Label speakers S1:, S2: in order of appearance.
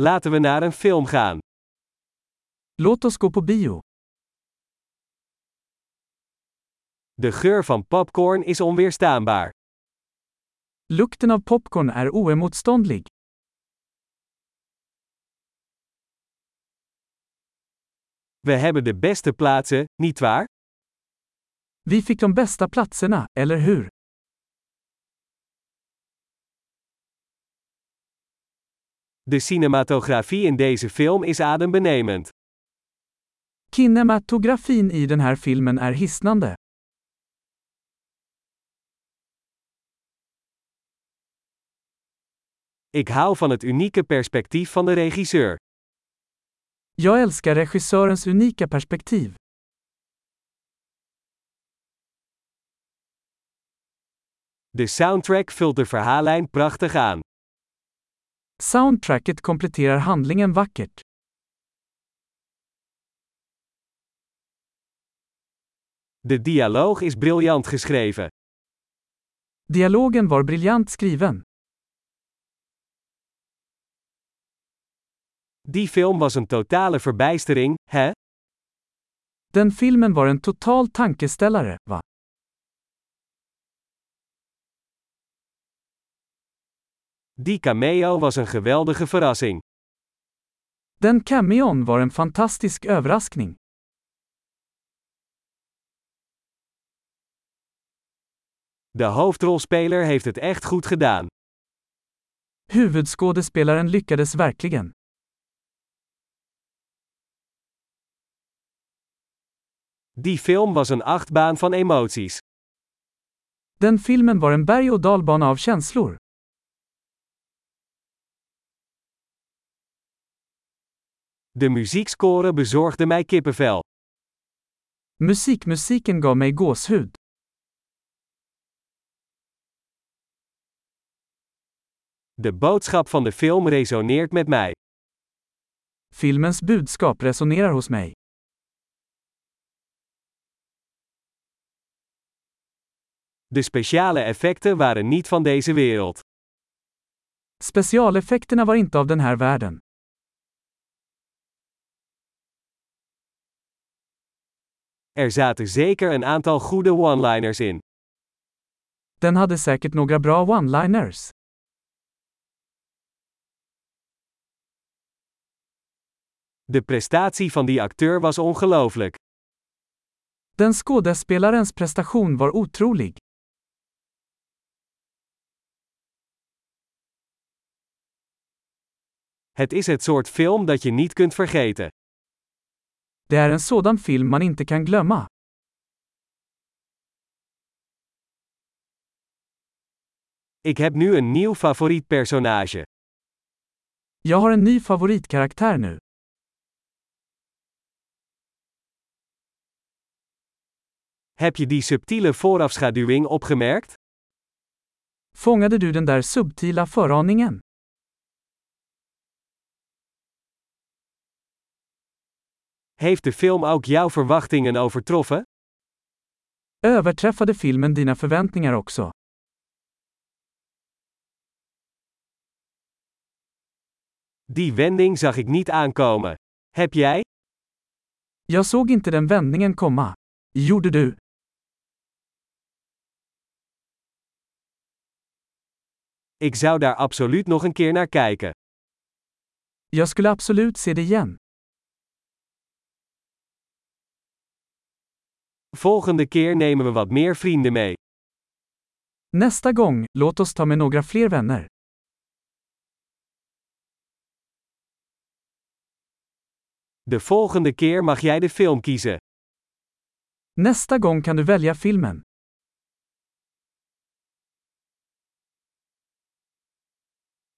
S1: Laten we naar een film gaan.
S2: Låt oss gå på bio.
S1: De geur van popcorn is onweerstaanbaar.
S2: Lukten av popcorn är oemotståndlig.
S1: We hebben de beste plaatsen, niet waar?
S2: Vi fick de bästa platserna, eller hur?
S1: De cinematografie in deze film is adembenemend.
S2: Kinematografin i den här filmen är hisnande.
S1: Ik hou van het unieke perspectief van de regisseur.
S2: Jag älskar regissörens unika perspektiv.
S1: De soundtrack vult de verhaallijn prachtig aan.
S2: Soundtracket kompletterar handlingen vackert.
S1: De dialoog is briljant geschreven.
S2: Dialogen var briljant skriven.
S1: Die film was een totale verbijstering, hè?
S2: Den filmen var en total tankeställare, va?
S1: Die cameo was een geweldige verrassing.
S2: Den cameon var en fantastisk överraskning.
S1: De hoofdrolspeler heeft het echt goed gedaan.
S2: Huvudskådespelaren lyckades verkligen.
S1: Die film was een achtbaan van emoties.
S2: Den filmen var en berg och dalbana av känslor.
S1: De muziekscore bezorgde mij kippenvel.
S2: Musikmusiken gav mig gåshud.
S1: De boodschap van de film resoneert met mij.
S2: Filmens budskap resonerar hos mig.
S1: De speciale effecten waren niet van deze wereld.
S2: Specialeffekterna var inte av den här världen.
S1: Er zaten zeker een aantal goede one-liners in.
S2: Den hade säkert några bra one-liners.
S1: De prestatie van die acteur was ongelooflijk.
S2: Den skådespelarens prestation var otrolig.
S1: Het is het soort film dat je niet kunt vergeten.
S2: Det är en sådan film man inte kan glömma.
S1: Ik heb nu een nieuw favoriet personage.
S2: Jag har en ny favoritkaraktär nu.
S1: Heb je die subtiele voorafschaduwing opgemerkt?
S2: Fångade du den där subtila föraningen?
S1: Heeft de film ook jouw verwachtingen overtroffen?
S2: Överträffade filmen dina förväntningar också?
S1: Die wending zag ik niet aankomen. Heb jij?
S2: Jag såg inte den vändningen komma. Gjorde du?
S1: Ik zou daar absoluut nog een keer naar kijken.
S2: Jag skulle absolut se det igen.
S1: Volgende keer nemen we wat meer vrienden mee.
S2: Nästa gång, låt oss ta med några fler vänner.
S1: De volgende keer mag jij de film kiezen.
S2: Nästa gång kan du välja filmen.